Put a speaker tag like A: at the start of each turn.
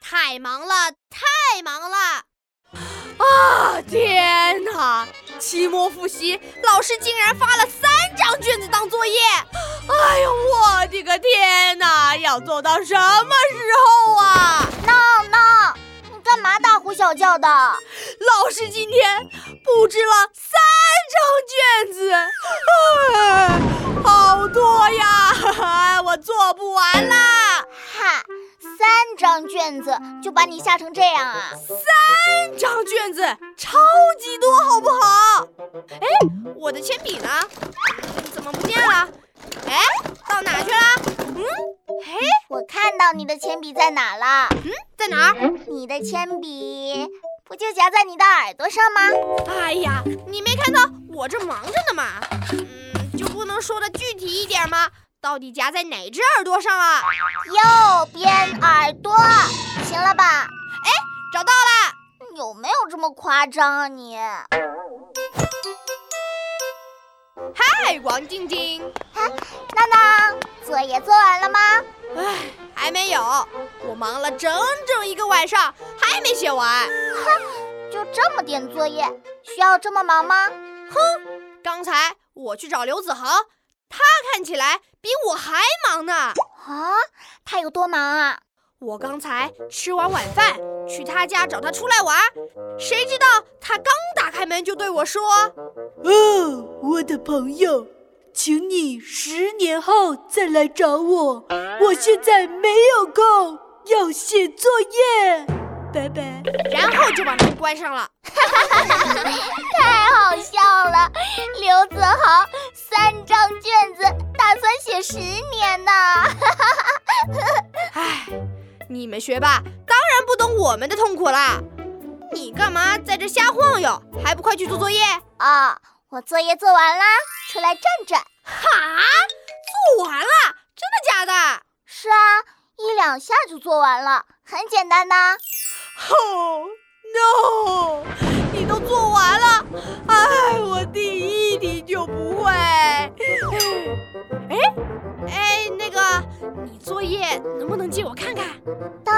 A: 太忙了，太忙了！啊，天哪！期末复习，老师竟然发了三张卷子当作业。哎呦，我的个天哪！要做到什么时候啊？
B: 闹闹，你干嘛大呼小叫的？
A: 老师今天布置了三张卷子，哎、好多呀哈哈，我做不完啦！
B: 哈，三张卷子就把你吓成这样啊？
A: 三张卷子，超级多，好不好？哎，我的铅笔呢？怎么不见了？哎，到哪去了？嗯，哎，
B: 我看到你的铅笔在哪了？
A: 嗯，在哪儿？
B: 你的铅笔不就夹在你的耳朵上吗？
A: 哎呀，你没看到我这忙着呢吗？嗯，就不能说的具体一点吗？到底夹在哪只耳朵上啊？
B: 右边耳朵，行了吧？
A: 哎，找到了。
B: 有没有这么夸张啊你？
A: 嗨，王静静，
B: 娜娜，作业做完了吗？
A: 哎，还没有，我忙了整整一个晚上，还没写完。
B: 就这么点作业，需要这么忙吗？
A: 刚才我去找刘子豪，他看起来比我还忙呢。
B: 啊，他有多忙啊？
A: 我刚才吃完晚饭去他家找他出来玩，谁知道他刚打开门就对我说
C: 哦，我的朋友，请你十年后再来找我，我现在没有空，要写作业，拜拜。：“
A: 然后就把门关上了。
B: 太好笑了！刘子豪三张卷子打算写十年呢。”
A: 唉，你们学霸当然不懂我们的痛苦啦。你干嘛在这瞎晃悠？还不快去做作业？
B: 啊、我作业做完啦，出来转转。
A: 哈，做完了？真的假的？
B: 是啊，一两下就做完了，很简单的。
A: Oh no！你都做完了，哎，我第一题就不会。哎哎，那个，你作业能不能借我看看？
B: 当